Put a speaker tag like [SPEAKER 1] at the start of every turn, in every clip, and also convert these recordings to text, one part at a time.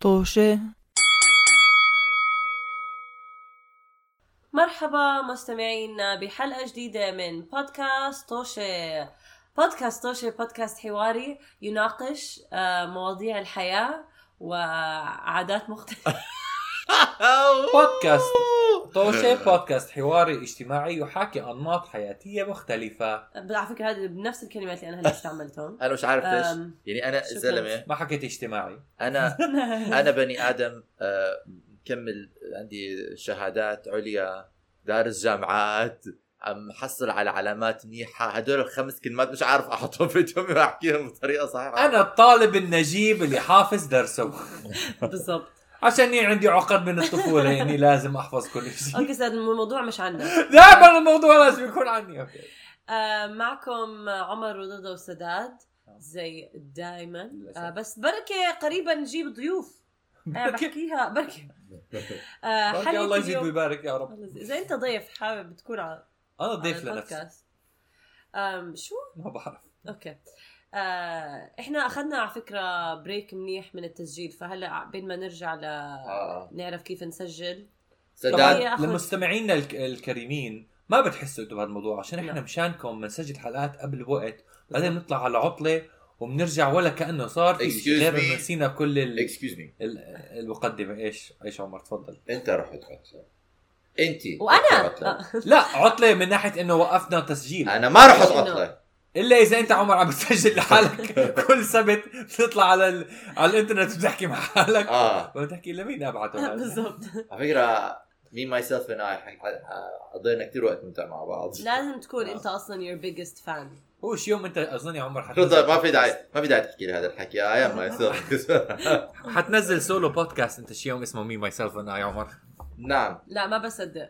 [SPEAKER 1] طوشة
[SPEAKER 2] مرحبا مستمعينا بحلقة جديدة من بودكاست طوشة بودكاست طوشة بودكاست حواري يناقش آه، مواضيع الحياة وعادات مختلفة
[SPEAKER 3] بودكاست طوشة بودكاست حواري اجتماعي يحاكي أنماط حياتية مختلفة
[SPEAKER 2] على فكرة هذا بنفس الكلمات اللي أنا هلا استعملتهم
[SPEAKER 4] انا مش عارف ليش
[SPEAKER 2] أم،
[SPEAKER 4] يعني انا
[SPEAKER 2] شكراً.
[SPEAKER 4] زلمه
[SPEAKER 3] ما حكيت اجتماعي
[SPEAKER 4] انا انا بني ادم آه، مكمل عندي شهادات عليا دارس جامعات عم محصل على علامات منيحه هدول الخمس كلمات مش عارف احطهم في جمله واحكيهم بطريقه صحيحه
[SPEAKER 3] أنا الطالب النجيب اللي حافظ درسه
[SPEAKER 2] بالضبط
[SPEAKER 3] عشان يعني عندي عقد من الطفولة يعني لازم أحفظ كل شيء
[SPEAKER 2] أوكي سيد الموضوع مش عنا
[SPEAKER 3] دائما الموضوع لازم يكون عني أوكي.
[SPEAKER 2] آه، معكم عمر ورضا وسداد زي دايما آه، بس بركة قريبا نجيب ضيوف أنا
[SPEAKER 3] بركي-
[SPEAKER 2] بحكيها بركة آه،
[SPEAKER 3] بركي
[SPEAKER 2] حلقة
[SPEAKER 3] الله يزيد
[SPEAKER 2] اليوم-
[SPEAKER 3] ويبارك يا رب
[SPEAKER 2] الله يزيد. إذا أنت ضيف حابب تكون على
[SPEAKER 3] أنا
[SPEAKER 2] على
[SPEAKER 3] ضيف لنفسي
[SPEAKER 2] البودكاست أم شو
[SPEAKER 3] ما بعرف
[SPEAKER 2] اوكي آه، احنا اخذنا على فكره بريك منيح من التسجيل فهلا بين ما نرجع ل
[SPEAKER 4] آه.
[SPEAKER 2] نعرف كيف نسجل
[SPEAKER 4] سداد
[SPEAKER 3] طبعا
[SPEAKER 2] بدي آخذ-
[SPEAKER 3] لمستمعينا الك- الكريمين ما بتحسوا انتم بهالموضوع عشان احنا
[SPEAKER 2] نعم.
[SPEAKER 3] مشانكم بنسجل حلقات قبل وقت بعدين نطلع على عطله وبنرجع ولا كانه صار في شيء
[SPEAKER 4] Excuse
[SPEAKER 3] غير
[SPEAKER 4] me.
[SPEAKER 3] إنه نسينا كل ال...
[SPEAKER 4] اكسكيوز مي
[SPEAKER 3] ال... المقدمه ايش ايش عمر تفضل
[SPEAKER 4] انت رح تغطي انت
[SPEAKER 2] وانا
[SPEAKER 4] رح تغطي.
[SPEAKER 2] آه،
[SPEAKER 3] لا عطله من ناحيه انه وقفنا تسجيل
[SPEAKER 4] انا ما رح
[SPEAKER 2] شنو؟
[SPEAKER 4] اتغطى
[SPEAKER 3] الا اذا انت عمر عم بتسجل لحالك كل سبت بتطلع على ال... على الانترنت وبتحكي مع حالك
[SPEAKER 4] اه
[SPEAKER 3] وبتحكي لمين ابعته هذا؟
[SPEAKER 2] بالضبط
[SPEAKER 4] على فكره مي ماي سيلف اند اي قضينا كثير وقت ممتع مع بعض
[SPEAKER 2] لازم تكون
[SPEAKER 4] آه.
[SPEAKER 2] انت اصلا يور بيجست فان
[SPEAKER 3] هو شو يوم انت اظن يا عمر
[SPEAKER 4] رضا ما في داعي ما في داعي تحكي لي هذا الحكي آه، اي
[SPEAKER 2] آه.
[SPEAKER 4] ام ماي
[SPEAKER 3] حتنزل سولو بودكاست انت شي يوم اسمه مي ماي سيلف انا يا عمر
[SPEAKER 4] نعم
[SPEAKER 2] لا ما بصدق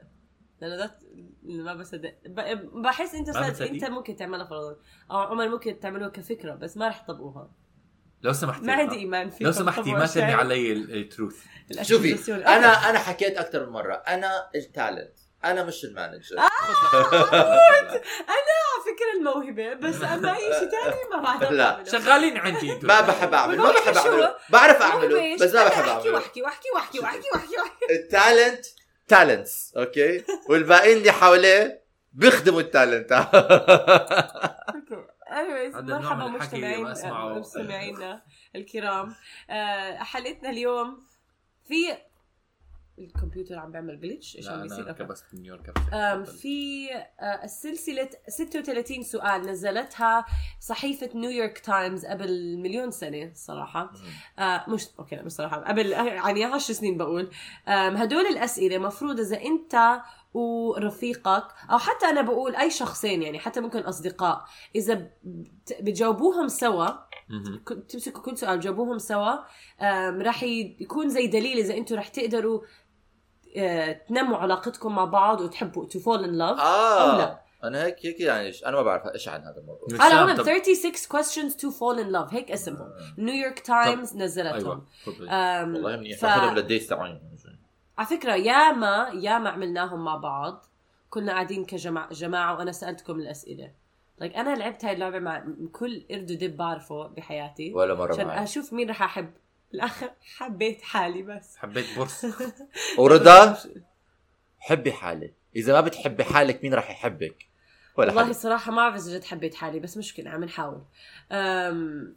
[SPEAKER 2] لانه ذات ما بصدق ب- بحس انت
[SPEAKER 3] ما
[SPEAKER 2] صار
[SPEAKER 3] بتصدق؟
[SPEAKER 2] انت ممكن تعملها فرضا او عمر ممكن تعملوها كفكره بس ما رح يطبقوها
[SPEAKER 3] لو سمحتي
[SPEAKER 2] ما عندي ايمان فيها
[SPEAKER 3] لو سمحتي ما ترمي علي ال- التروث
[SPEAKER 4] شوفي انا انا حكيت اكثر من مره انا التالنت انا مش المانجر
[SPEAKER 2] آه. على فكره الموهبه آه، بس اما اي شيء ثاني ما بعرف
[SPEAKER 4] لا.
[SPEAKER 2] أعمله.
[SPEAKER 3] شغالين عندي انتوا
[SPEAKER 4] ما بحب اعمل ما
[SPEAKER 2] والله
[SPEAKER 4] بحب
[SPEAKER 2] شو؟
[SPEAKER 4] اعمله بعرف اعمله
[SPEAKER 2] الموهبة إيش؟
[SPEAKER 4] بس ما
[SPEAKER 2] أنا
[SPEAKER 4] بحب
[SPEAKER 2] احكي
[SPEAKER 4] اعمله
[SPEAKER 2] واحكي واحكي واحكي واحكي واحكي واحكي
[SPEAKER 4] التالنت تالنتس اوكي والباقيين اللي حواليه بيخدموا التالنت
[SPEAKER 2] anyways
[SPEAKER 3] هذا النوع
[SPEAKER 2] مرحبا
[SPEAKER 3] من الحكي اللي ما
[SPEAKER 2] مستمعين آه،
[SPEAKER 3] أسمعه.
[SPEAKER 2] مستمعينا الكرام آه، حلقتنا اليوم في الكمبيوتر عم بيعمل جلitch ايش عم بيصير أوكي.
[SPEAKER 3] كبست نيويورك
[SPEAKER 2] آم، في آه، سلسلة 36 سؤال نزلتها صحيفة نيويورك تايمز قبل مليون سنة صراحة آه، مش اوكي لا مش صراحة قبل آه، يعني 10 سنين بقول آم، هدول الأسئلة مفروض إذا أنت ورفيقك أو حتى أنا بقول أي شخصين يعني حتى ممكن أصدقاء إذا بت- بتجاوبوهم سوا كل- تمسكوا كل سؤال جاوبوهم سوا آم، رح ي- يكون زي دليل اذا انتم رح تقدروا آه، تنموا علاقتكم مع بعض وتحبوا تو فول ان لاف أو
[SPEAKER 4] اه
[SPEAKER 2] لا.
[SPEAKER 4] انا هيك هيك يعني انا ما بعرف ايش عن هذا الموضوع
[SPEAKER 2] على عموم 36 questions to fall in love هيك اسمهم نيويورك تايمز نزلتهم
[SPEAKER 3] ايوه تفضلي.
[SPEAKER 2] آم،
[SPEAKER 4] والله منيح
[SPEAKER 2] ف-
[SPEAKER 4] باخذهم للديس تبعي
[SPEAKER 2] على فكره ياما ياما عملناهم مع بعض كنا قاعدين كجماعه جماعه وانا سالتكم الاسئله like انا لعبت هاي اللعبه مع كل قرد ودب بعرفه بحياتي
[SPEAKER 4] ولا مره
[SPEAKER 2] عشان
[SPEAKER 4] معي
[SPEAKER 2] اشوف مين رح احب الاخر حبيت حالي بس
[SPEAKER 3] حبيت بورس
[SPEAKER 4] ورضا حبي حالك اذا ما بتحبي حالك مين راح يحبك ولا
[SPEAKER 2] والله
[SPEAKER 4] حدا
[SPEAKER 2] صراحة ما أعرف إذا جد حبيت حالي بس مشكلة عم نحاول أم...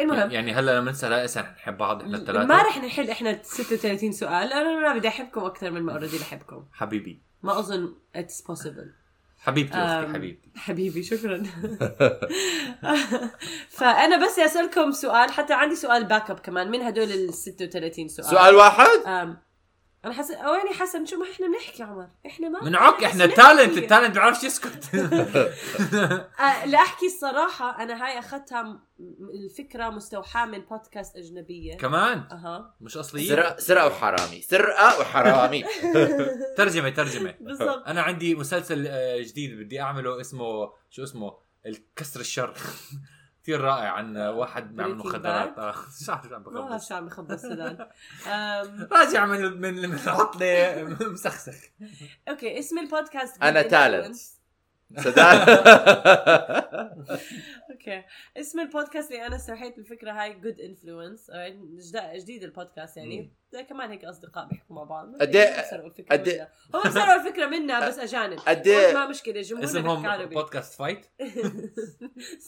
[SPEAKER 2] المهم
[SPEAKER 3] يعني هلا لما ننسى لائس نحب بعض احنا الثلاثه
[SPEAKER 2] ما رح نحل احنا 36 سؤال لانه انا بدي احبكم اكثر من ما اوريدي بحبكم
[SPEAKER 3] حبيبي
[SPEAKER 2] ما اظن اتس بوسيبل
[SPEAKER 3] حبيبتي اختي
[SPEAKER 2] أم.
[SPEAKER 3] حبيبتي
[SPEAKER 2] حبيبي شكرا فانا بس اسالكم سؤال حتى عندي سؤال باك اب كمان من هدول ال 36 سؤال
[SPEAKER 4] سؤال واحد
[SPEAKER 2] أم... انا حس او يعني حسن شو ما احنا بنحكي عمر احنا ما
[SPEAKER 3] منعك احنا
[SPEAKER 2] بس نحكي.
[SPEAKER 3] تالنت التالنت بيعرفش يسكت
[SPEAKER 2] أه، لاحكي الصراحه انا هاي اخذتها م- م- الفكره مستوحاه من بودكاست اجنبيه
[SPEAKER 3] كمان
[SPEAKER 2] اها
[SPEAKER 3] مش اصليين
[SPEAKER 4] سرقه سرقه وحرامي سرقه وحرامي
[SPEAKER 3] ترجمه ترجمه
[SPEAKER 2] بالضبط
[SPEAKER 3] انا عندي مسلسل آه، جديد بدي اعمله اسمه شو اسمه الكسر الشر كثير رائع عن آه، واحد بيعمل
[SPEAKER 2] Breaking
[SPEAKER 3] مخدرات آه، مش عارف شو عم
[SPEAKER 2] ما بعرف
[SPEAKER 3] بخبص
[SPEAKER 2] شو عم بخبص سداد أم،
[SPEAKER 3] راجع من من من العطله مسخسخ
[SPEAKER 2] اوكي اسم البودكاست
[SPEAKER 4] أنا
[SPEAKER 2] Good
[SPEAKER 4] talent.
[SPEAKER 2] Influence.
[SPEAKER 4] سداد
[SPEAKER 2] اوكي اسم البودكاست اللي انا استوحيت الفكره هاي جود انفلونس جديد البودكاست يعني ده كمان هيك اصدقاء بيحكوا مع بعض ما
[SPEAKER 4] قد إيه-
[SPEAKER 2] هم سرقوا الفكره
[SPEAKER 4] قد إيه-
[SPEAKER 2] منا. هم سرقوا الفكره منا بس اجانب
[SPEAKER 4] قد إيه-
[SPEAKER 2] ما مشكله جمهورنا بيحكي
[SPEAKER 3] اسمهم
[SPEAKER 2] عربي
[SPEAKER 3] بودكاست فايت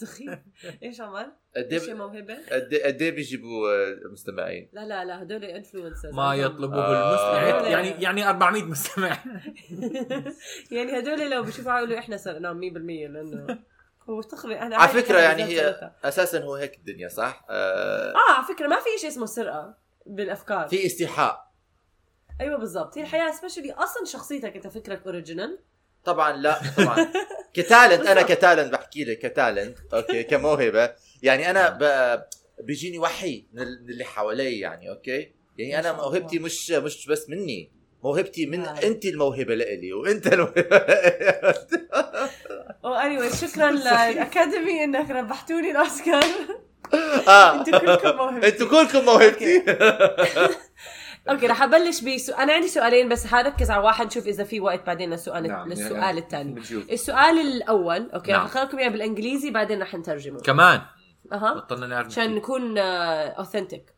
[SPEAKER 2] سخيف ايش عمر؟
[SPEAKER 4] قد
[SPEAKER 2] ايش
[SPEAKER 4] إيه-
[SPEAKER 2] موهبه؟
[SPEAKER 4] قد إيه- قد ايه بيجيبوا آه، مستمعين؟
[SPEAKER 2] لا لا لا هدول انفلونسرز
[SPEAKER 3] ما يطلبه
[SPEAKER 4] آه.
[SPEAKER 3] المسلم يعني- يعني يعني 400 مستمع
[SPEAKER 2] يعني هدول لو بشوفوا يقولوا احنا سرقناهم 100% لانه هو تخري انا
[SPEAKER 4] على
[SPEAKER 2] عارف
[SPEAKER 4] فكرة
[SPEAKER 2] إحنا
[SPEAKER 4] يعني
[SPEAKER 2] بالذات
[SPEAKER 4] هي-
[SPEAKER 2] سرقتها.
[SPEAKER 4] اساسا هو هيك الدنيا صح؟ آه
[SPEAKER 2] اه على فكره ما في شيء اسمه سرقه بالافكار
[SPEAKER 4] في استيحاء
[SPEAKER 2] ايوه بالضبط هي الحياه سبيشلي اصلا شخصيتك انت فكرك اوريجينال
[SPEAKER 4] طبعا لا طبعا كتالنت انا
[SPEAKER 2] بالضبط.
[SPEAKER 4] كتالنت بحكي لك كتالنت اوكي كموهبه يعني انا
[SPEAKER 2] نعم.
[SPEAKER 4] ب... بيجيني وحي من ال- من اللي حوالي يعني اوكي يعني
[SPEAKER 2] ما
[SPEAKER 4] انا
[SPEAKER 2] شاء الله.
[SPEAKER 4] موهبتي مش مش بس مني موهبتي من
[SPEAKER 2] نعم.
[SPEAKER 4] انت الموهبه لإلي وانت الموهبه
[SPEAKER 2] او اني شكرا للاكاديمي انك ربحتوني الاوسكار
[SPEAKER 4] اه
[SPEAKER 2] انتوا كلكم موهبة
[SPEAKER 4] انتوا كلكم موهبتي
[SPEAKER 2] اوكي رح ابلش بسو... انا عندي سؤالين بس حركز على واحد شوف اذا في وقت بعدين للسؤال
[SPEAKER 3] نعم،
[SPEAKER 2] للسؤال
[SPEAKER 3] يعني.
[SPEAKER 2] الثاني
[SPEAKER 3] بنشوف
[SPEAKER 2] السؤال الاول اوكي رح
[SPEAKER 3] نعم.
[SPEAKER 2] اخليكم اياه بالانجليزي بعدين رح نترجمه
[SPEAKER 3] كمان
[SPEAKER 2] اها
[SPEAKER 3] بطلنا نعرف
[SPEAKER 2] عشان
[SPEAKER 3] نحكي.
[SPEAKER 2] نكون اوثنتيك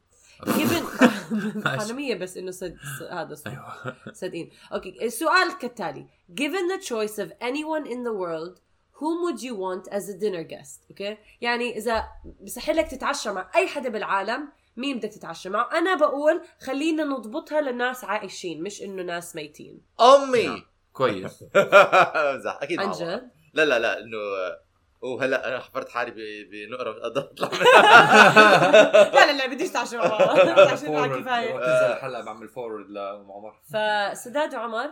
[SPEAKER 2] given حراميه بس انه صد... ص- هذا صدق
[SPEAKER 3] ايوه
[SPEAKER 2] صادقين اوكي السؤال كالتالي given the choice of anyone in the world whom would you want as a dinner guest اوكي يعني اذا بصح لك تتعشى مع اي حدا بالعالم مين بدك تتعشى معه انا بقول خلينا نضبطها لناس عايشين مش انه ناس ميتين
[SPEAKER 4] امي
[SPEAKER 3] كويس
[SPEAKER 4] امزح اكيد
[SPEAKER 2] نعم. عن
[SPEAKER 4] مع بعض.
[SPEAKER 2] جد
[SPEAKER 4] لا لا لا انه وهلا انا حفرت حالي ب- بنقره مش قادر اطلع
[SPEAKER 2] لا لا لا بديش تعشى مع بعض تعشى مع كفايه
[SPEAKER 3] بنزل الحلقه بعمل فورورد لعمر
[SPEAKER 2] فسداد وعمر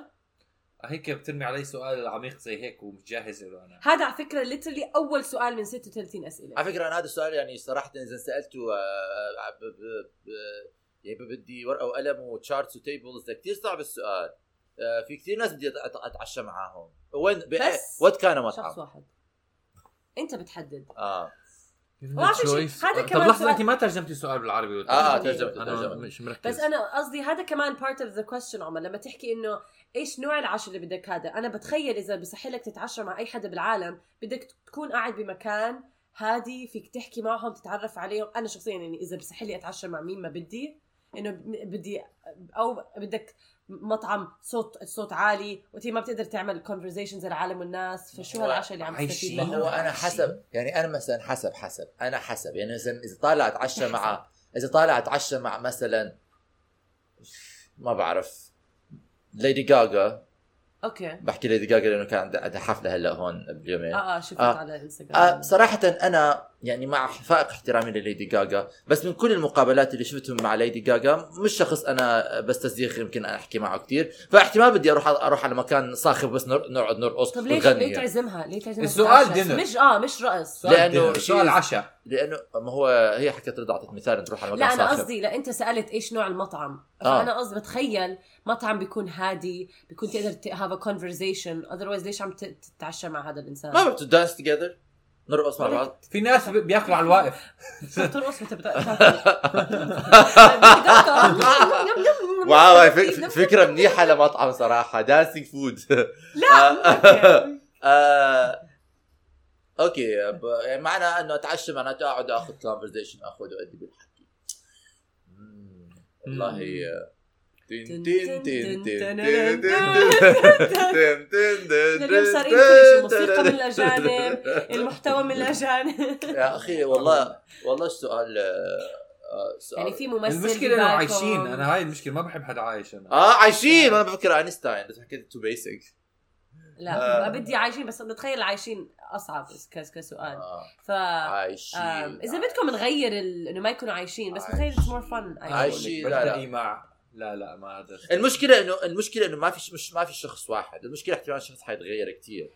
[SPEAKER 3] هيك بترمي علي سؤال عميق زي هيك ومش جاهز له انا
[SPEAKER 2] هذا على فكره ليترلي اول سؤال من 36 اسئله
[SPEAKER 4] على فكره انا هذا السؤال يعني صراحه اذا سالته آه، ب- ب- ب- يعني بدي ورقه وقلم وتشارتس وتيبلز كثير صعب السؤال آه، في كثير ناس بدي أت- أت- اتعشى معاهم وين
[SPEAKER 2] بس
[SPEAKER 4] وات كان مطعم
[SPEAKER 2] شخص واحد انت بتحدد
[SPEAKER 4] اه
[SPEAKER 2] ما في شيء.
[SPEAKER 3] Choice.
[SPEAKER 2] هذا
[SPEAKER 3] طب
[SPEAKER 2] كمان
[SPEAKER 3] لحظه
[SPEAKER 2] سؤال.
[SPEAKER 3] انت ما ترجمتي السؤال بالعربي
[SPEAKER 4] اه
[SPEAKER 2] آه،
[SPEAKER 4] ترجمت
[SPEAKER 3] انا
[SPEAKER 4] ترجمت
[SPEAKER 3] مش مركز
[SPEAKER 2] بس انا قصدي هذا كمان بارت اوف ذا كويستشن عمر لما تحكي انه ايش نوع العشاء اللي بدك هذا انا بتخيل اذا بصح لك تتعشى مع اي حدا بالعالم بدك تكون قاعد بمكان هادي فيك تحكي معهم تتعرف عليهم انا شخصيا يعني اذا بصح لي اتعشى مع مين ما بدي انه ب- بدي او بدك مطعم صوت الصوت عالي وانت ما بتقدر تعمل كونفرزيشنز العالم والناس فشو
[SPEAKER 4] هو
[SPEAKER 2] هالعشاء اللي عم تستفيد
[SPEAKER 3] عايشين.
[SPEAKER 2] منه
[SPEAKER 4] هو انا
[SPEAKER 3] ماشي.
[SPEAKER 4] حسب يعني انا مثلا حسب حسب انا حسب يعني مثلا اذا طالع اتعشى مع اذا طالع اتعشى مع مثلا ما بعرف ليدي جاجا
[SPEAKER 2] اوكي
[SPEAKER 4] بحكي ليدي جاجا لانه كان عندها عندها حفله هلا هون بيومين
[SPEAKER 2] اه اه شفت
[SPEAKER 4] آه.
[SPEAKER 2] على
[SPEAKER 4] آه
[SPEAKER 2] انستغرام
[SPEAKER 4] صراحة أنا يعني مع فائق احترامي لليدي جاجا بس من كل المقابلات اللي شفتهم مع ليدي جاجا مش شخص أنا بس تصديق يمكن أحكي معه كتير فاحتمال بدي أروح أروح على مكان صاخب بس نر- نقعد نرقص
[SPEAKER 2] طب ليش
[SPEAKER 4] ونغني
[SPEAKER 2] ليه
[SPEAKER 4] يعني.
[SPEAKER 2] تعزمها؟ ليه تعزمها؟
[SPEAKER 3] السؤال
[SPEAKER 2] تتعشى؟
[SPEAKER 3] dinner.
[SPEAKER 2] مش اه مش رقص
[SPEAKER 3] سؤال
[SPEAKER 4] لأنه
[SPEAKER 3] dinner.
[SPEAKER 4] شيء-
[SPEAKER 3] سؤال عشاء
[SPEAKER 4] لأنه ما هو هي حكت رضا أعطت مثال نروح على
[SPEAKER 2] لا
[SPEAKER 4] مكان
[SPEAKER 2] انا
[SPEAKER 4] صاخب
[SPEAKER 2] قصدي لا انت سالت ايش نوع المطعم
[SPEAKER 4] آه.
[SPEAKER 2] فانا قصدي بتخيل مطعم بيكون هادي بيكون تقدر هاف ا كونفرزيشن اذروايز ليش عم ت- تتعشى مع هذا الانسان
[SPEAKER 4] ما بتو دانس توجذر نرقص مع بعض
[SPEAKER 3] في ناس بي- بياكلوا على الواقف
[SPEAKER 2] ترقص متى بتاكل
[SPEAKER 4] واو هاي فك- فكرة منيحة لمطعم صراحة دانسينج فود
[SPEAKER 2] لا
[SPEAKER 4] آه، اوكي ب- يعني معنى انه اتعشى معناته اقعد اخذ كونفرزيشن اخذ وادي بالحكي مم، والله آه، تن- تن- تن- تن- تن- تن- تن- تن- تن-
[SPEAKER 2] اليوم صار
[SPEAKER 4] تن-
[SPEAKER 2] إنكليش،
[SPEAKER 4] تن-
[SPEAKER 2] الموسيقى من الأجانب،
[SPEAKER 4] تن-
[SPEAKER 2] المحتوى من الاجانب
[SPEAKER 4] يا اخي والله والله السؤال آه، آه، سؤال
[SPEAKER 2] يعني في ممثل
[SPEAKER 3] المشكله
[SPEAKER 2] ببالكم.
[SPEAKER 3] انه عايشين انا هاي المشكله ما بحب حدا عايش انا
[SPEAKER 4] اه عايشين وانا بفكر اينشتاين بس حكيت تو بيسك
[SPEAKER 2] لا
[SPEAKER 4] آه.
[SPEAKER 2] ما بدي عايشين بس بتخيل عايشين اصعب كس- كسؤال ف
[SPEAKER 4] عايشين
[SPEAKER 2] آم، اذا بدكم نغير ال- انه ما يكونوا عايشين بس بتخيل اتس مور فن
[SPEAKER 4] عايشين. لا، لا.
[SPEAKER 3] بلتقي مع لا لا ما قدرت
[SPEAKER 4] المشكله انه المشكله انه ما في مش ما في شخص واحد المشكله احتمال الشخص حيتغير كثير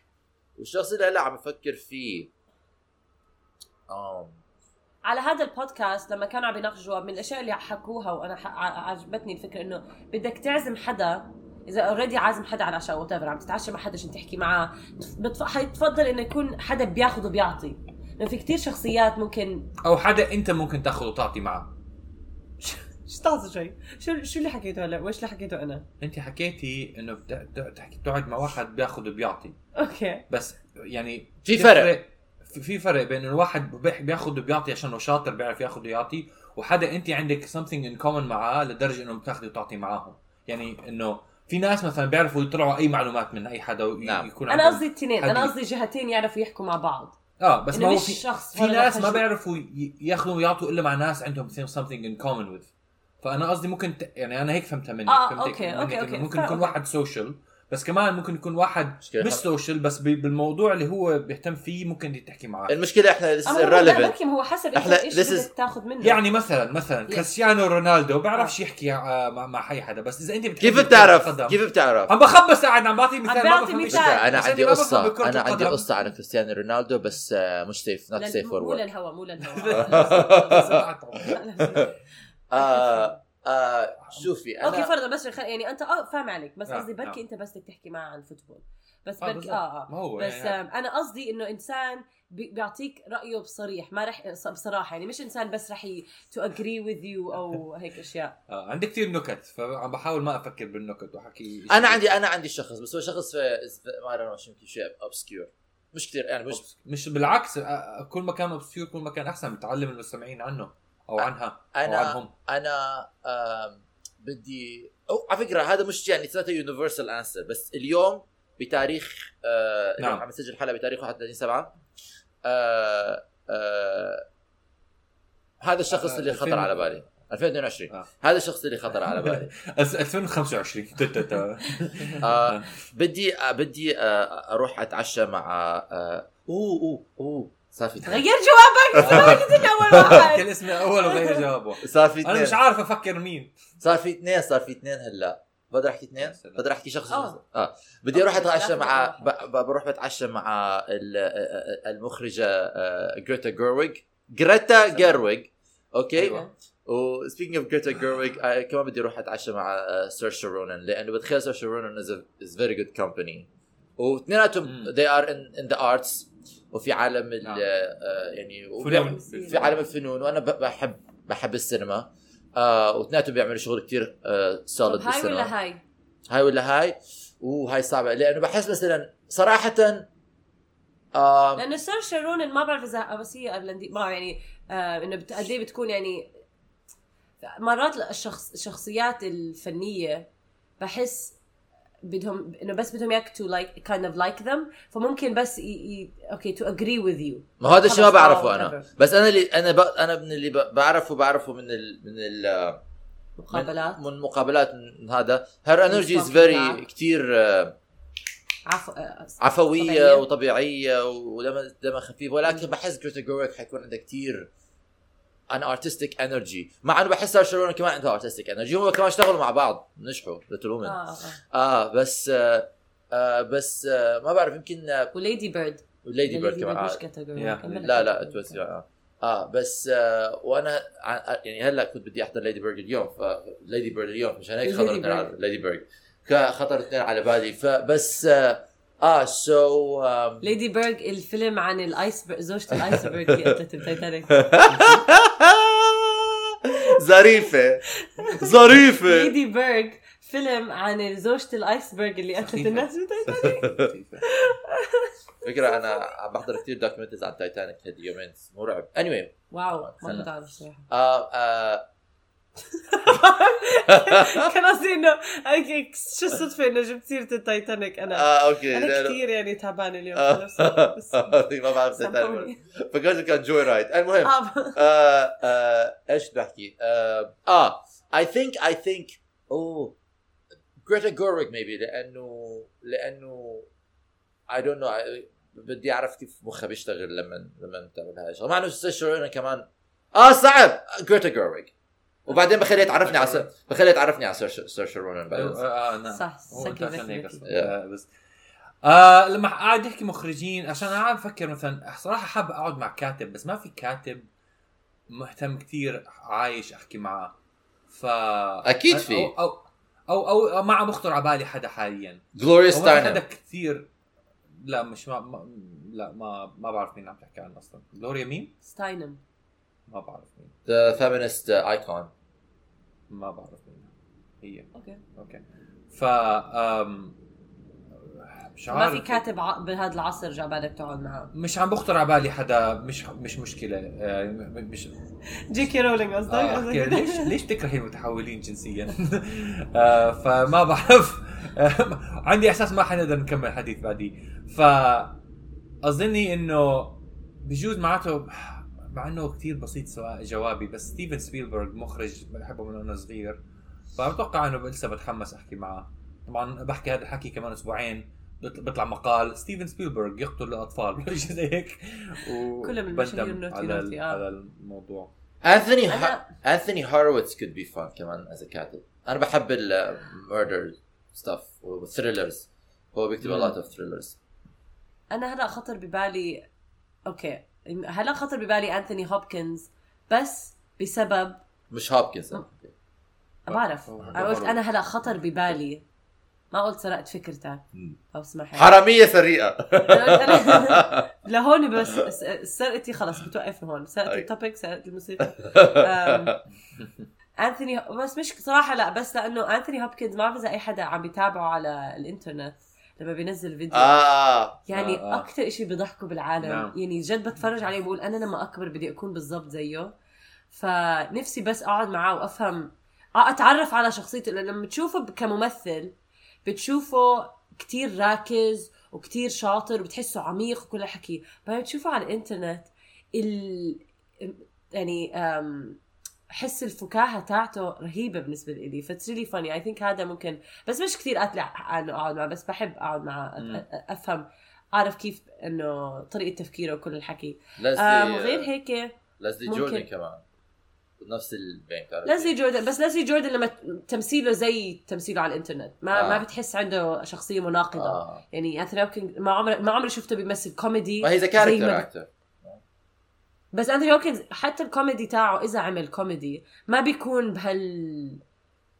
[SPEAKER 4] والشخص اللي هلا عم بفكر فيه آم.
[SPEAKER 2] على هذا البودكاست لما كانوا عم يناقشوا من الاشياء اللي حكوها وانا ح- ع- عجبتني الفكره انه بدك تعزم حدا اذا اوريدي عازم حدا على عشاء وات عم تتعشى مع حدا عشان تحكي معاه بتف... حيتفضل انه يكون حدا بياخذ وبيعطي لانه في كتير شخصيات ممكن
[SPEAKER 3] او حدا انت ممكن تاخذ وتعطي معه
[SPEAKER 2] شو لحظه شوي شو شو اللي حكيته هلا وايش اللي حكيته انا
[SPEAKER 3] انت حكيتي انه بتع- بتع- بتحكي بتقعد مع واحد بياخذ وبيعطي
[SPEAKER 2] اوكي
[SPEAKER 3] بس يعني
[SPEAKER 4] في فرق.
[SPEAKER 3] في- في فرق بين الواحد بيح- بياخذ وبيعطي عشان هو شاطر بيعرف ياخذ ويعطي وحدا انت عندك something in common معاه لدرجه انه بتاخذي وتعطي معاهم يعني انه في ناس مثلا بيعرفوا يطلعوا اي معلومات من اي حدا وي-
[SPEAKER 4] نعم.
[SPEAKER 3] يكون
[SPEAKER 2] انا
[SPEAKER 3] عندهم-
[SPEAKER 2] قصدي التنين انا قصدي جهتين يعرفوا يحكوا مع بعض
[SPEAKER 3] اه بس ما
[SPEAKER 2] انه
[SPEAKER 3] هو
[SPEAKER 2] مش
[SPEAKER 3] في
[SPEAKER 2] شخص
[SPEAKER 3] في
[SPEAKER 2] ولا
[SPEAKER 3] ناس ما
[SPEAKER 2] شخص.
[SPEAKER 3] بيعرفوا ي- ياخذوا ويعطوا الا مع ناس عندهم something in common with فانا قصدي ممكن ت... يعني انا هيك فهمتها منك
[SPEAKER 2] آه،
[SPEAKER 3] فهمتك
[SPEAKER 2] أوكي،
[SPEAKER 3] منك
[SPEAKER 2] أوكي،
[SPEAKER 3] إنه
[SPEAKER 2] أوكي،
[SPEAKER 3] ممكن
[SPEAKER 2] فا-
[SPEAKER 3] يكون
[SPEAKER 2] أوكي.
[SPEAKER 3] واحد سوشيال بس كمان ممكن يكون واحد
[SPEAKER 4] مشكلة.
[SPEAKER 3] مش سوشيال بس بال- بالموضوع اللي هو بيهتم فيه ممكن انت تحكي معاه
[SPEAKER 4] المشكله احنا لسه
[SPEAKER 2] اما هو لا،
[SPEAKER 4] irrelevant
[SPEAKER 2] بركي هو حسب انت
[SPEAKER 4] أحلى-
[SPEAKER 2] ايش
[SPEAKER 4] this
[SPEAKER 2] بدك
[SPEAKER 4] is-
[SPEAKER 2] تاخذ منه
[SPEAKER 3] يعني مثلا مثلا
[SPEAKER 2] Yeah.
[SPEAKER 3] كريستيانو رونالدو بيعرفش يحكي آه، مع, مع اي حدا بس اذا انت بتحب
[SPEAKER 4] كيف
[SPEAKER 3] كرة
[SPEAKER 4] بتعرف
[SPEAKER 3] القدم-
[SPEAKER 4] كيف بتعرف
[SPEAKER 3] عم بخبص قاعد عم بعطي مثال ما
[SPEAKER 2] بعطي
[SPEAKER 3] بفهم
[SPEAKER 2] مثال.
[SPEAKER 3] شيء.
[SPEAKER 2] لا،
[SPEAKER 4] انا
[SPEAKER 3] بس أنت
[SPEAKER 4] عندي
[SPEAKER 3] ما بفهم
[SPEAKER 4] قصه
[SPEAKER 3] بكرة
[SPEAKER 4] انا عندي
[SPEAKER 3] القدم.
[SPEAKER 4] قصه على كريستيانو رونالدو بس آه، مش سيف نوت
[SPEAKER 2] لل-
[SPEAKER 4] سيف فور
[SPEAKER 2] مو
[SPEAKER 4] ورك
[SPEAKER 2] للهوا مو للهوا
[SPEAKER 4] آه آه شوفي
[SPEAKER 2] اوكي
[SPEAKER 4] انا
[SPEAKER 2] فرضا بس خ- يعني انت اه فاهم عليك بس
[SPEAKER 3] آه،
[SPEAKER 2] قصدي بركي
[SPEAKER 3] آه.
[SPEAKER 2] انت بس بدك تحكي معه عن الفوتبول بس
[SPEAKER 3] آه،
[SPEAKER 2] بركي
[SPEAKER 3] بالضبط.
[SPEAKER 2] اه اه
[SPEAKER 3] ما هو
[SPEAKER 2] بس
[SPEAKER 3] يعني
[SPEAKER 2] آم، انا قصدي انه انسان بي- بيعطيك رايه بصريح ما رح ص- بصراحه يعني مش انسان بس رح تو اجري وذ يو او هيك اشياء
[SPEAKER 3] آه، عندي كثير نكت فعم بحاول ما افكر بالنكت يعني. واحكي
[SPEAKER 4] انا عندي انا عندي شخص بس هو شخص في في- ما اعرف شو يمكن شيء obscure مش كثير يعني مش
[SPEAKER 3] مش, مش بالعكس آه، كل ما كان اوبسيور كل ما كان احسن بتعلم المستمعين عنه او عنها او
[SPEAKER 4] انا
[SPEAKER 3] عنهم
[SPEAKER 4] انا آم، بدي أو على فكره هذا مش يعني ثلاثه يونيفرسال انسر بس اليوم بتاريخ آه
[SPEAKER 3] نعم.
[SPEAKER 4] نعم. عم نسجل الحلقه بتاريخ 31 7 آه آه هذا الشخص
[SPEAKER 3] آه،
[SPEAKER 4] اللي خطر
[SPEAKER 3] 2000
[SPEAKER 4] على بالي 2022
[SPEAKER 3] آه.
[SPEAKER 4] هذا الشخص اللي خطر على بالي
[SPEAKER 3] 2025 تتتا.
[SPEAKER 4] آه بدي آه بدي آه اروح اتعشى مع آه اوه اوه اوه صار في
[SPEAKER 2] غير جوابك بس ما قلت لنا اول واحد
[SPEAKER 4] آه.
[SPEAKER 3] كان اسمي اول وغير جوابه
[SPEAKER 4] صار في
[SPEAKER 3] انا
[SPEAKER 4] اثنين
[SPEAKER 3] مش عارف افكر مين
[SPEAKER 4] صار في اثنين صار في اثنين هلا بقدر احكي اثنين؟
[SPEAKER 3] يا سلام.
[SPEAKER 4] بقدر احكي شخص
[SPEAKER 2] آه.
[SPEAKER 4] اه, آه. بدي اروح
[SPEAKER 2] أوكي،
[SPEAKER 4] اتعشى
[SPEAKER 2] ثلاثة
[SPEAKER 4] مع ب...
[SPEAKER 2] بدنا
[SPEAKER 4] ب- بروح بتعشى مع ال- آه، المخرجه آه، جريتا جيرويج جريتا جيرويج اوكي
[SPEAKER 3] أيوة.
[SPEAKER 4] وسبيكينج اوف جريتا جيرويج آه، كمان بدي اروح اتعشى مع آه، سيرشا رونان لانه بتخيل سيرشا رونان از فيري جود كومباني واثنيناتهم
[SPEAKER 3] مم.
[SPEAKER 4] they are in, in the arts وفي عالم ال
[SPEAKER 3] نعم.
[SPEAKER 4] آه، يعني وبيعمل-
[SPEAKER 3] فنون
[SPEAKER 2] إيه،
[SPEAKER 4] في عالم الفنون وانا ب- بحب بحب السينما آه واثنيناتهم بيعملوا شغل كثير آه
[SPEAKER 2] طب
[SPEAKER 4] سوليد
[SPEAKER 2] هاي
[SPEAKER 4] بالسينما
[SPEAKER 2] ولا هاي؟
[SPEAKER 4] هاي ولا هاي وهاي صعبه لانه بحس مثلا صراحه آه
[SPEAKER 2] لانه سير شارون ما بعرف اذا آه، بس هي ايرلنديه ما يعني آه انه بت- قد ايه بتكون يعني مرات الشخص الشخصيات الفنيه بحس بدهم انه بس بدهم اياك تو لايك كايند اوف لايك ذم فممكن بس اوكي تو اجري وذ يو
[SPEAKER 4] ما هو هذا الشيء ما
[SPEAKER 2] خلص، آه،
[SPEAKER 4] بعرفه انا
[SPEAKER 2] whatever.
[SPEAKER 4] بس انا اللي انا ب... انا من اللي ب... بعرفه بعرفه من ال... من ال...
[SPEAKER 2] مقابلات
[SPEAKER 4] من, من مقابلات من هذا هير انرجي از
[SPEAKER 2] الصف
[SPEAKER 4] فيري
[SPEAKER 2] تاعها.
[SPEAKER 4] كثير
[SPEAKER 2] عفو آه،
[SPEAKER 4] عفويه
[SPEAKER 2] طبيعية.
[SPEAKER 4] وطبيعيه ودمها دمها خفيف ولكن بحس جريتا جوريك حيكون عندها كثير ان ارتستيك انرجي مع انه بحس سارة شارون كمان عندها ارتستيك انرجي هم كمان اشتغلوا مع بعض نجحوا ليتل
[SPEAKER 2] آه،
[SPEAKER 4] وومن
[SPEAKER 2] آه.
[SPEAKER 4] اه بس آه آه بس آه ما بعرف يمكن آه
[SPEAKER 2] وليدي بيرد
[SPEAKER 4] ليدي بيرد كمان
[SPEAKER 2] مش
[SPEAKER 4] آه،
[SPEAKER 2] كاتيجوري
[SPEAKER 3] يا.
[SPEAKER 4] لا لا it was- اه اه بس آه وانا ع- يعني هلا كنت بدي احضر ليدي بيرج اليوم فليدي بيرج اليوم مشان هيك خطر
[SPEAKER 2] Lady
[SPEAKER 4] اثنين على
[SPEAKER 2] Bird.
[SPEAKER 4] ليدي بيرج خطر اثنين على بالي فبس اه, آه سو آم،
[SPEAKER 2] ليدي بيرج الفيلم عن الايسبرغ زوجة الايسبرغ اللي قتلت التايتانيك
[SPEAKER 4] ظريفة ظريفة
[SPEAKER 2] ليدي بيرج فيلم عن زوجة الايسبرغ اللي قتلت
[SPEAKER 3] سخيفة.
[SPEAKER 2] الناس بالتايتانيك
[SPEAKER 4] فكرة انا عم بحضر كثير دوكيومنتريز عن تايتانيك هدي يومين مرعب anyway
[SPEAKER 2] واو ما
[SPEAKER 4] خلنا.
[SPEAKER 2] كنت عارف صراحه
[SPEAKER 4] آه آه
[SPEAKER 2] كان قصدي انه أوكي، شو الصدفه انه جبت سيره التايتانيك انا
[SPEAKER 4] اه اوكي
[SPEAKER 2] انا
[SPEAKER 4] لأنه-
[SPEAKER 2] كثير يعني تعبان اليوم
[SPEAKER 4] آه.
[SPEAKER 2] بس-
[SPEAKER 4] ما بعرف تايتانيك
[SPEAKER 2] سامحوني.
[SPEAKER 4] فكرت كان جوي رايد المهم
[SPEAKER 2] آه،
[SPEAKER 4] آه، آه، ايش بدي احكي؟ آه، اه اي ثينك اي ثينك اوه جريتا جوريك ميبي لانه لانه اي دونت نو بدي اعرف كيف مخها بيشتغل لما لما بتعمل هاي الشغله مع انه شيرين كمان اه صعب جريتا جوريك وبعدين بخليها تعرفني على سير- بخليها تعرفني على سير شيرين بعدين
[SPEAKER 3] آه، آه، نعم.
[SPEAKER 2] صح
[SPEAKER 3] هو انت
[SPEAKER 2] سكر
[SPEAKER 3] عشان هيك
[SPEAKER 2] ذكي.
[SPEAKER 3] أصلاً. آه، بس آه لما قاعد يحكي مخرجين عشان انا عم بفكر مثلا صراحه حاب اقعد مع كاتب بس ما في كاتب مهتم كثير عايش احكي معه ف
[SPEAKER 4] أكيد في.
[SPEAKER 3] او او او, أو, أو ما عم بخطر على بالي حدا حاليا
[SPEAKER 4] جلوريا
[SPEAKER 3] هو ما في حدا
[SPEAKER 4] ستاينر
[SPEAKER 3] كثير لا مش ما, ما لا ما ما بعرف مين عم تحكي عنه اصلا جلوريا مين؟
[SPEAKER 2] ستاينم
[SPEAKER 3] ما بعرف مين
[SPEAKER 4] ذا فيمينست ايكون
[SPEAKER 3] ما بعرف مين هي
[SPEAKER 2] اوكي
[SPEAKER 3] اوكي ف أم، مش
[SPEAKER 2] ما في
[SPEAKER 3] عارف
[SPEAKER 2] كاتب ع... بهذا العصر جابالك تقعد معه
[SPEAKER 3] مش عم بخطر على بالي حدا مش مش مشكله آه، م- مش
[SPEAKER 2] جي كي رولينج قصدك
[SPEAKER 3] آه،
[SPEAKER 2] قصدك
[SPEAKER 3] أحكي
[SPEAKER 2] كده؟
[SPEAKER 3] ليش ليش تكرهي المتحولين جنسيا؟ آه، فما بعرف آه، عندي احساس ما حنقدر نكمل حديث بعديه ف اظني انه بجوز معناته مع انه كثير بسيط سوا- جوابي بس ستيفن سبيلبرغ مخرج بحبه من وانا صغير فبتوقع انه لسه بتحمس احكي معه طبعا بحكي هذا الحكي كمان اسبوعين بط- بيطلع مقال ستيفن سبيلبرغ يقتل الاطفال ولا شيء زي هيك
[SPEAKER 2] كلهم المشاهير
[SPEAKER 3] وبندم
[SPEAKER 2] نوتي
[SPEAKER 3] على
[SPEAKER 2] نوتي،
[SPEAKER 3] ال-
[SPEAKER 2] آه.
[SPEAKER 3] على الموضوع
[SPEAKER 4] انثوني
[SPEAKER 2] أنا-
[SPEAKER 4] انثوني هورويتس could be fun كمان as a كاتب انا بحب المردر ستاف والثريلرز هو بيكتب a lot of thrillers
[SPEAKER 2] انا هلا خطر ببالي اوكي هلا خطر ببالي انثوني هوبكنز بس بسبب
[SPEAKER 4] مش هوبكنز
[SPEAKER 2] آه. بعرف
[SPEAKER 3] أوه.
[SPEAKER 2] انا قلت انا هلا خطر ببالي ما قلت سرقت فكرتك يعني.
[SPEAKER 4] مم.
[SPEAKER 2] لو سمحت
[SPEAKER 4] حراميه سريئه
[SPEAKER 2] أنا قلت
[SPEAKER 4] آه.
[SPEAKER 2] أنا- لهون بس س- سرقتي خلص بتوقف هون سرقت
[SPEAKER 4] أي.
[SPEAKER 2] التوبيك سرقت الموسيقى أم، انثوني بس مش صراحه لا بس لانه انثوني هوبكنز ما بعرف اذا اي حدا عم بيتابعه على الانترنت لما بينزل فيديو
[SPEAKER 4] اه
[SPEAKER 2] يعني
[SPEAKER 3] آه،
[SPEAKER 2] آه
[SPEAKER 3] آه.
[SPEAKER 2] اكثر شيء بيضحكوا بالعالم
[SPEAKER 3] نعم.
[SPEAKER 2] يعني جد بتفرج عليه بقول انا لما اكبر بدي اكون بالضبط زيه فنفسي بس اقعد معاه وافهم آه، اتعرف على شخصيته لأن لما تشوفه كممثل بتشوفه كتير راكز وكتير شاطر وبتحسه عميق وكل حكي بعدين بتشوفه على الانترنت ال... يعني أم... حس الفكاهه تاعته رهيبه بالنسبه لي فاتس ريلي فاني اي ثينك هذا ممكن بس مش كثير اتلع انه اقعد معه بس بحب اقعد معه
[SPEAKER 3] مم.
[SPEAKER 2] أ- أ- افهم اعرف كيف انه طريقه تفكيره وكل الحكي أم غير
[SPEAKER 4] لازلي
[SPEAKER 2] هيك
[SPEAKER 4] لازلي
[SPEAKER 2] آه، ممكن.
[SPEAKER 4] جوردن كمان نفس البنك عرفت؟
[SPEAKER 2] لازلي جوردن بس لازلي جوردن لما ت- تمثيله زي تمثيله على الانترنت ما
[SPEAKER 4] آه.
[SPEAKER 2] ما بتحس عنده شخصيه مناقضه
[SPEAKER 4] آه.
[SPEAKER 2] يعني انثوني هوبكنز ما عمري ما عمري شفته بيمثل كوميدي
[SPEAKER 4] ما هي ذا
[SPEAKER 2] زي
[SPEAKER 4] كاركتر
[SPEAKER 2] ما-
[SPEAKER 4] اكتر
[SPEAKER 2] بس انثوني هوبكنز حتى الكوميدي تاعه اذا عمل كوميدي ما بيكون بهال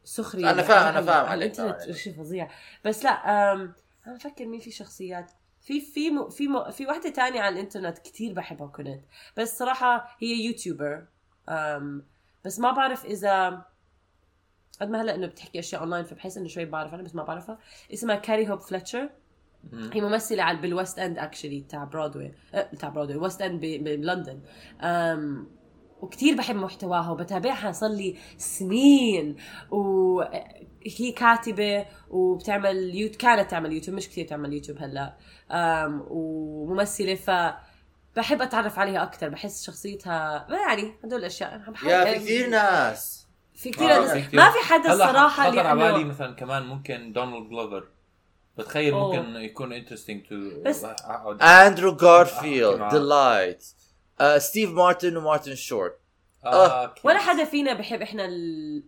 [SPEAKER 2] سخرية
[SPEAKER 4] أنا فاهم- أنا
[SPEAKER 2] على-
[SPEAKER 4] فاهم
[SPEAKER 2] على
[SPEAKER 4] عليك،
[SPEAKER 2] الانترنت
[SPEAKER 4] فاهم.
[SPEAKER 2] شيء فظيع بس لا أم... انا بفكر مين في شخصيات في في م... في م... في وحده تانية على الانترنت كتير بحبها كنت بس صراحه هي يوتيوبر أم... بس ما بعرف اذا قد ما هلا انه بتحكي اشياء اونلاين فبحس انه شوي بعرف انا بس ما بعرفها اسمها كاري هوب فلتشر هي ممثلة على بالويست اند اكشلي تاع برودواي أه، تاع برودواي ويست اند ب- بلندن أم وكتير بحب محتواها وبتابعها صار لي سنين وهي كاتبة وبتعمل يوتيوب كانت تعمل يوتيوب مش كتير تعمل يوتيوب هلا أم وممثلة ف بحب اتعرف عليها اكثر بحس شخصيتها ما يعني هدول الاشياء أنا بحاول-
[SPEAKER 4] يا في كثير ناس
[SPEAKER 2] في
[SPEAKER 3] آه،
[SPEAKER 2] كثير
[SPEAKER 3] في
[SPEAKER 2] ناس
[SPEAKER 3] كتير.
[SPEAKER 2] ما في حدا الصراحه
[SPEAKER 3] اللي على بالي
[SPEAKER 2] اللي
[SPEAKER 3] مثلا كمان ممكن دونالد جلوفر بتخيل
[SPEAKER 2] أوه.
[SPEAKER 3] ممكن يكون انترستينج تو
[SPEAKER 2] بس-
[SPEAKER 4] اندرو
[SPEAKER 3] أحكي
[SPEAKER 4] جارفيلد
[SPEAKER 3] معاه.
[SPEAKER 4] ديلايت ستيف مارتن ومارتن شورت
[SPEAKER 3] آه،
[SPEAKER 2] ولا حدا فينا بحب احنا ال...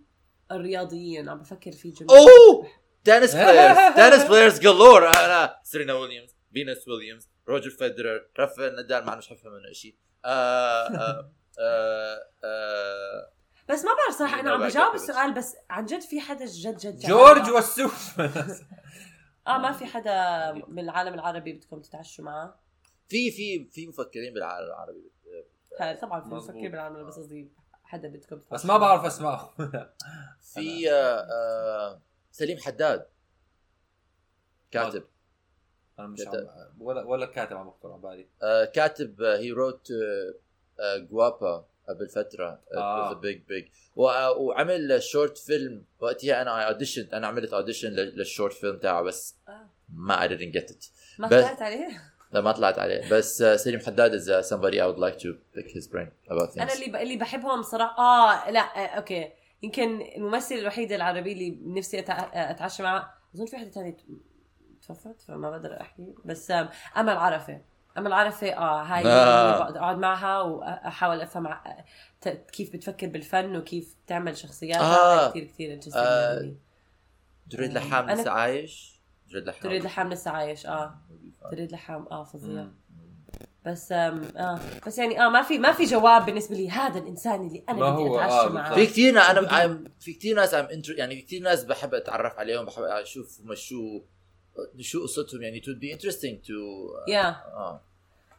[SPEAKER 2] الرياضيين عم بفكر في جمله
[SPEAKER 4] اوه تنس بلايرز تنس بلايرز جلور انا سيرينا ويليامز فينوس ويليامز روجر فيدرر رافائيل نادال ما مش حفهم منه شيء آه، آه، آه، آه.
[SPEAKER 2] بس إيه، ما بعرف صراحه انا عم
[SPEAKER 4] لا،
[SPEAKER 2] بجاوب
[SPEAKER 4] بس.
[SPEAKER 2] السؤال بس عن جد في حدا جد جد جد
[SPEAKER 3] جورج
[SPEAKER 2] و...
[SPEAKER 3] والسوف
[SPEAKER 2] اه ما في حدا من العالم العربي بدكم تتعشوا معاه
[SPEAKER 4] في في في مفكرين بالعالم العربي
[SPEAKER 2] هلا طبعا في
[SPEAKER 3] مزبوط.
[SPEAKER 2] مفكر بالعالم العربي، بس قصدي حدا بدكم تتعشوا
[SPEAKER 3] بس ما بعرف اسمعه
[SPEAKER 4] في آه، آه، سليم حداد كاتب
[SPEAKER 3] انا مش عم ولا ولا كاتب عم بخطر على بالي
[SPEAKER 4] آه، كاتب هي روت آه، جوابا قبل فتره
[SPEAKER 3] آه.
[SPEAKER 4] بيج بيج آه، وعمل شورت فيلم وقتها انا اوديشن انا عملت اوديشن للشورت فيلم تاعه بس
[SPEAKER 2] آه.
[SPEAKER 4] ما I didn't get it
[SPEAKER 2] ما
[SPEAKER 4] بس-
[SPEAKER 2] طلعت عليه
[SPEAKER 4] لا ما طلعت عليه بس آه، سليم حداد is uh, somebody I would like to pick his brain about things
[SPEAKER 2] انا اللي ب... اللي بحبهم صراحه اه لا آه اوكي يمكن الممثل الوحيد العربي اللي نفسي أتع... آه، اتعشى معه اظن في حدا تاني ت- توفت فما بقدر احكي بس آم، امل عرفه امل عرفه اه هاي
[SPEAKER 4] آه.
[SPEAKER 2] اللي بقعد اقعد معها واحاول افهم ع- ت- كيف بتفكر بالفن وكيف تعمل شخصيات
[SPEAKER 4] آه.
[SPEAKER 2] آه. كثير كثير interesting
[SPEAKER 4] آه.
[SPEAKER 2] يعني.
[SPEAKER 4] تريد لحام
[SPEAKER 2] أنا-
[SPEAKER 4] لسه عايش تريد لحام آه.
[SPEAKER 2] تريد لحام لسه عايش اه تريد لحام اه فظيع بس آم، اه بس يعني اه ما في ما في جواب بالنسبه لي هذا الانسان اللي
[SPEAKER 3] ما
[SPEAKER 2] انا بدي
[SPEAKER 3] هو، آه،
[SPEAKER 2] اتعشى معه
[SPEAKER 4] في
[SPEAKER 3] بالضبط.
[SPEAKER 4] كثير نا- انا I'm- في كثير ناس عم انتر يعني في كثير ناس بحب اتعرف عليهم بحب اشوف هم شو شو قصتهم يعني it would be interesting to
[SPEAKER 2] يا
[SPEAKER 4] اه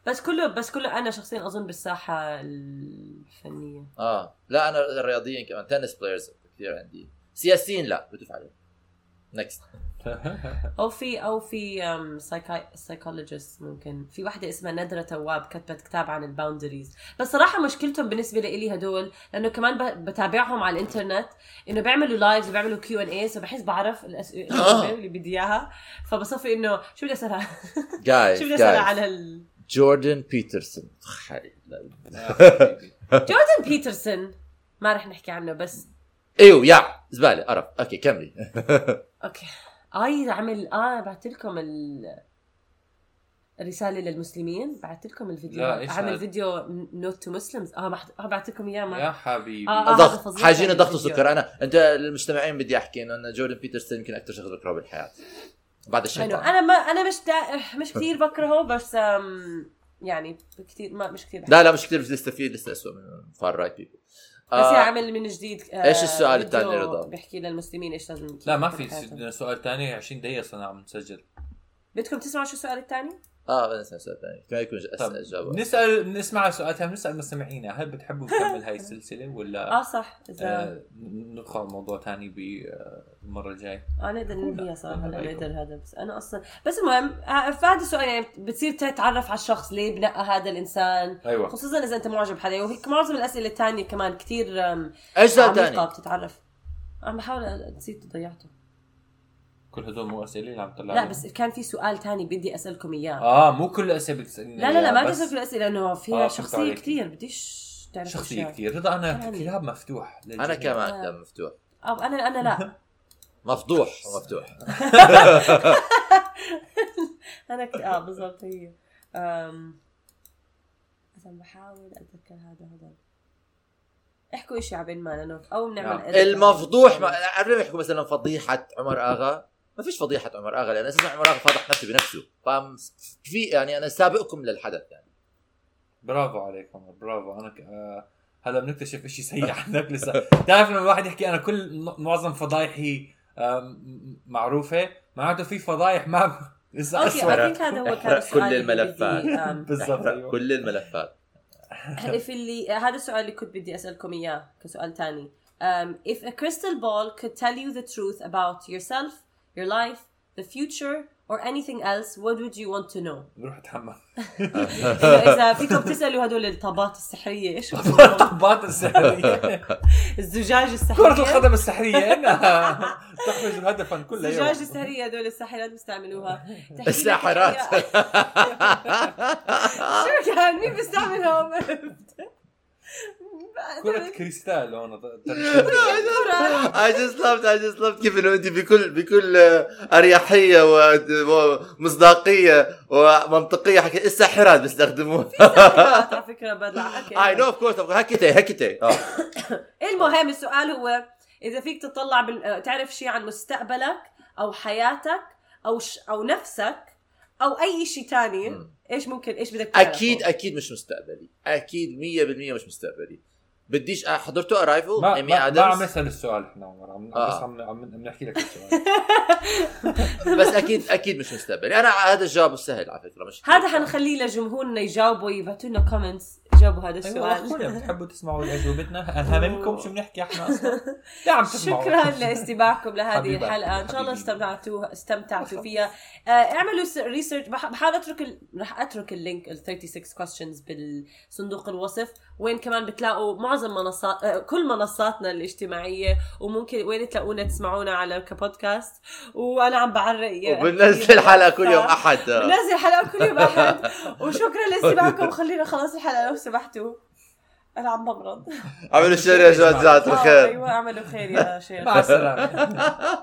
[SPEAKER 2] بس كله بس كله انا شخصيا اظن بالساحه الفنيه
[SPEAKER 4] آه. اه لا انا الرياضيين كمان تنس بلايرز كثير عندي سياسيين لا بتوف عليهم نكست
[SPEAKER 2] او في او في سايكولوجيست ممكن في واحده اسمها ندره تواب كتبت كتاب عن الباوندريز بس صراحه مشكلتهم بالنسبه لي هدول لانه كمان ب- بتابعهم على الانترنت انه بيعملوا لايفز وبيعملوا كيو ان ايز فبحس بعرف الاسئله اللي بدي اياها فبصفي انه شو بدي اسالها شو بدي
[SPEAKER 4] جايز
[SPEAKER 2] اسالها
[SPEAKER 4] جايز
[SPEAKER 2] على ال...
[SPEAKER 4] جوردن بيترسون خي- لا.
[SPEAKER 2] جوردن بيترسون ما رح نحكي عنه بس
[SPEAKER 4] ايوه يا زباله قرف اوكي كملي
[SPEAKER 2] آه، اوكي اي عمل اه بعت لكم ال الرساله للمسلمين بعت لكم الفيديو
[SPEAKER 3] لا، إيش
[SPEAKER 2] عمل
[SPEAKER 3] هاد؟
[SPEAKER 2] فيديو نوت تو مسلمز اه بحت- آه، بعت لكم اياه
[SPEAKER 3] يا
[SPEAKER 2] ما
[SPEAKER 3] حبيبي
[SPEAKER 2] آه، آه. هذا
[SPEAKER 4] ضغط
[SPEAKER 2] فظيع
[SPEAKER 4] حاجين
[SPEAKER 2] يعني
[SPEAKER 4] ضغط
[SPEAKER 2] الفيديو.
[SPEAKER 4] وسكر انا انت للمجتمعين بدي احكي انه أنا جوردن بيترسون يمكن اكثر شخص بكرهه بالحياه بعد
[SPEAKER 2] I know.
[SPEAKER 4] الشيطان
[SPEAKER 2] انا ما انا مش دا... مش كثير بكرهه بس آم، يعني كثير ما مش كثير بحبه.
[SPEAKER 4] لا لا مش كثير بس في لسه اسوء من فار رايت بيبل
[SPEAKER 3] آه،
[SPEAKER 2] بس يا عمل من جديد آه،
[SPEAKER 4] إيش السؤال
[SPEAKER 2] فيديو
[SPEAKER 4] التاني رضا؟
[SPEAKER 2] بحكي للمسلمين ايش لازم
[SPEAKER 3] لا ما في
[SPEAKER 2] يكون بحياتهم.
[SPEAKER 3] س- سؤال تاني 20 دقيقة صرنا عم نسجل
[SPEAKER 2] بدكم تسمعوا شو السؤال الثاني؟
[SPEAKER 4] اه بدنا نسال سؤال ثاني ما يكون
[SPEAKER 3] طب
[SPEAKER 4] اسال اجابه
[SPEAKER 3] نسأل نسمع السؤال الثاني نسأل مستمعينا هل بتحبوا نكمل هاي السلسلة ولا
[SPEAKER 2] اه صح اذا
[SPEAKER 3] آه، ندخل على موضوع ثاني بالمرة الجاية
[SPEAKER 2] آه، انا اقدر ننهيها صراحه
[SPEAKER 3] لا،
[SPEAKER 2] انا
[SPEAKER 3] رأيكم.
[SPEAKER 2] بقدر هذا بس انا اصلا بس المهم آه، فهذا السؤال يعني بتصير تتعرف على الشخص ليه بنقى هذا الانسان
[SPEAKER 3] ايوه
[SPEAKER 2] خصوصا اذا انت معجب حدا وهيك معظم الاسئله الثانيه كمان كثير
[SPEAKER 4] اجزاء
[SPEAKER 2] عميقه
[SPEAKER 4] ثانيه
[SPEAKER 2] بتتعرف عم بحاول أ- نسيت ضيعته
[SPEAKER 3] كل هدول مو اسئلة اللي عم تطلع
[SPEAKER 2] لا بس كان في سؤال ثاني بدي اسالكم اياه
[SPEAKER 3] اه مو كل الاسئلة بتسألني
[SPEAKER 2] لا لا لا ما بدي
[SPEAKER 3] بس
[SPEAKER 2] اسالك الاسئله لانه فيها
[SPEAKER 3] آه، فهمت
[SPEAKER 2] شخصيه
[SPEAKER 3] عليك.
[SPEAKER 2] كثير بديش تعرف
[SPEAKER 3] شخصية
[SPEAKER 2] أشياء.
[SPEAKER 3] كثير رضا انا
[SPEAKER 2] يعني.
[SPEAKER 3] كلاب مفتوح للجميع.
[SPEAKER 4] انا
[SPEAKER 2] آه.
[SPEAKER 4] كمان لا مفتوح
[SPEAKER 2] او انا انا لا
[SPEAKER 4] مفضوح مفتوح
[SPEAKER 2] انا كت... اه بالضبط هي أم... بس عم بحاول اتذكر هذا هذا احكوا شيء عبين ما لانه او بنعمل
[SPEAKER 3] نعم.
[SPEAKER 2] edit.
[SPEAKER 4] المفضوح ما... قبل ما يحكوا مثلا فضيحه عمر اغا ما فيش فضيحه عمر اغا لان اساسا عمر اغا فضح نفسه بنفسه فاهم في يعني انا سابقكم للحدث يعني
[SPEAKER 3] برافو عليك عمر برافو انا ك... آه... هلا بنكتشف اشي سيء عنك لسه بتعرف لما الواحد يحكي انا كل م- معظم فضايحي آه... م- معروفة معناته في فضايح ما لسه
[SPEAKER 2] اوكي
[SPEAKER 3] اسوء
[SPEAKER 2] اي ثينك هذا هو كان
[SPEAKER 4] احرق
[SPEAKER 2] السؤال
[SPEAKER 4] كل
[SPEAKER 2] اللي بدي،
[SPEAKER 4] الملفات.
[SPEAKER 2] أم،
[SPEAKER 3] بالضبط أيوة.
[SPEAKER 4] أيوه. كل الملفات
[SPEAKER 2] if اللي هذا السؤال اللي كنت بدي اسالكم اياه كسؤال ثاني um, if a crystal ball could tell you the truth about yourself your life the future or anything else what would you want to know
[SPEAKER 3] بروح اتحمم
[SPEAKER 2] إذا- اذا فيكم تسالوا هدول الطابات السحريه ايش اسمهم؟
[SPEAKER 3] الطبات السحرية
[SPEAKER 2] الزجاج
[SPEAKER 3] كرة
[SPEAKER 2] السحريه
[SPEAKER 3] القدم السحرية انها تحرز الهدف عن كل يوم
[SPEAKER 2] الزجاج السحريه هدول الساحرات بيستعملوها تحكي لك
[SPEAKER 4] الساحرات.
[SPEAKER 2] أشياء- شو يعني كان مين بيستعملهم
[SPEAKER 3] كرة كريستال هون
[SPEAKER 4] I just loved I just loved كيف انه انت بكل بكل اريحيه و- ومصداقيه ومنطقيه حكي الساحرات بيستخدموها
[SPEAKER 2] ساحرات على فكره بدلع أوكي.
[SPEAKER 4] اي نو اوف كورس هكتي هكتي
[SPEAKER 2] المهم السؤال هو اذا فيك تطلع بال... تعرف شيء عن مستقبلك او حياتك او ش... او نفسك او اي شيء تاني
[SPEAKER 4] مم.
[SPEAKER 2] ايش ممكن ايش بدك تعرفه؟
[SPEAKER 4] اكيد اكيد مش مستقبلي اكيد 100% مش مستقبلي بديش أ- حضرتوا ارايفل
[SPEAKER 3] ما
[SPEAKER 4] ايمي
[SPEAKER 3] ما, ما عم
[SPEAKER 4] ادمز
[SPEAKER 3] نسأل السؤال احنا عمر عم
[SPEAKER 4] إيه، آه.
[SPEAKER 3] بس عم عم عم نحكي لك السؤال
[SPEAKER 4] بس اكيد اكيد مش مستقبلي انا هذا الجواب سهل على فكره مش
[SPEAKER 2] هذا حنخليه لجمهورنا يجاوبوا يبعتوا لنا كومنتس جاوبوا هذا
[SPEAKER 4] أيوة،
[SPEAKER 3] ايوه
[SPEAKER 2] السؤال
[SPEAKER 3] اخويا بتحبوا تسمعوا اجوبتنا هممكم شو بنحكي احنا اصلا لا عم تسمعوا
[SPEAKER 2] شكرا لاستماعكم لهذه
[SPEAKER 3] حبيباتي،
[SPEAKER 2] الحلقه ان شاء الله
[SPEAKER 3] حبيبي.
[SPEAKER 2] استمتعتوا استمتعتوا فيها آه، اعملوا ريسيرش بحاول اترك ال... رح اترك اللينك ال 36 questions بالصندوق الوصف وين كمان بتلاقوا معظم منصات آه، كل منصاتنا الاجتماعيه وممكن وين تلاقونا تسمعونا على كبودكاست وانا عم بعرق يعني
[SPEAKER 4] وبننزل حلقه كل يوم احد
[SPEAKER 2] بنزل حلقه كل يوم احد وشكرا لاستماعكم خلينا خلاص الحلقه لو سمحتوا انا عم بمرض
[SPEAKER 4] اعملوا شير يا جماعه جزاكم
[SPEAKER 2] آه،
[SPEAKER 4] الخير
[SPEAKER 2] ايوه اعملوا خير يا شيخ
[SPEAKER 3] مع السلامه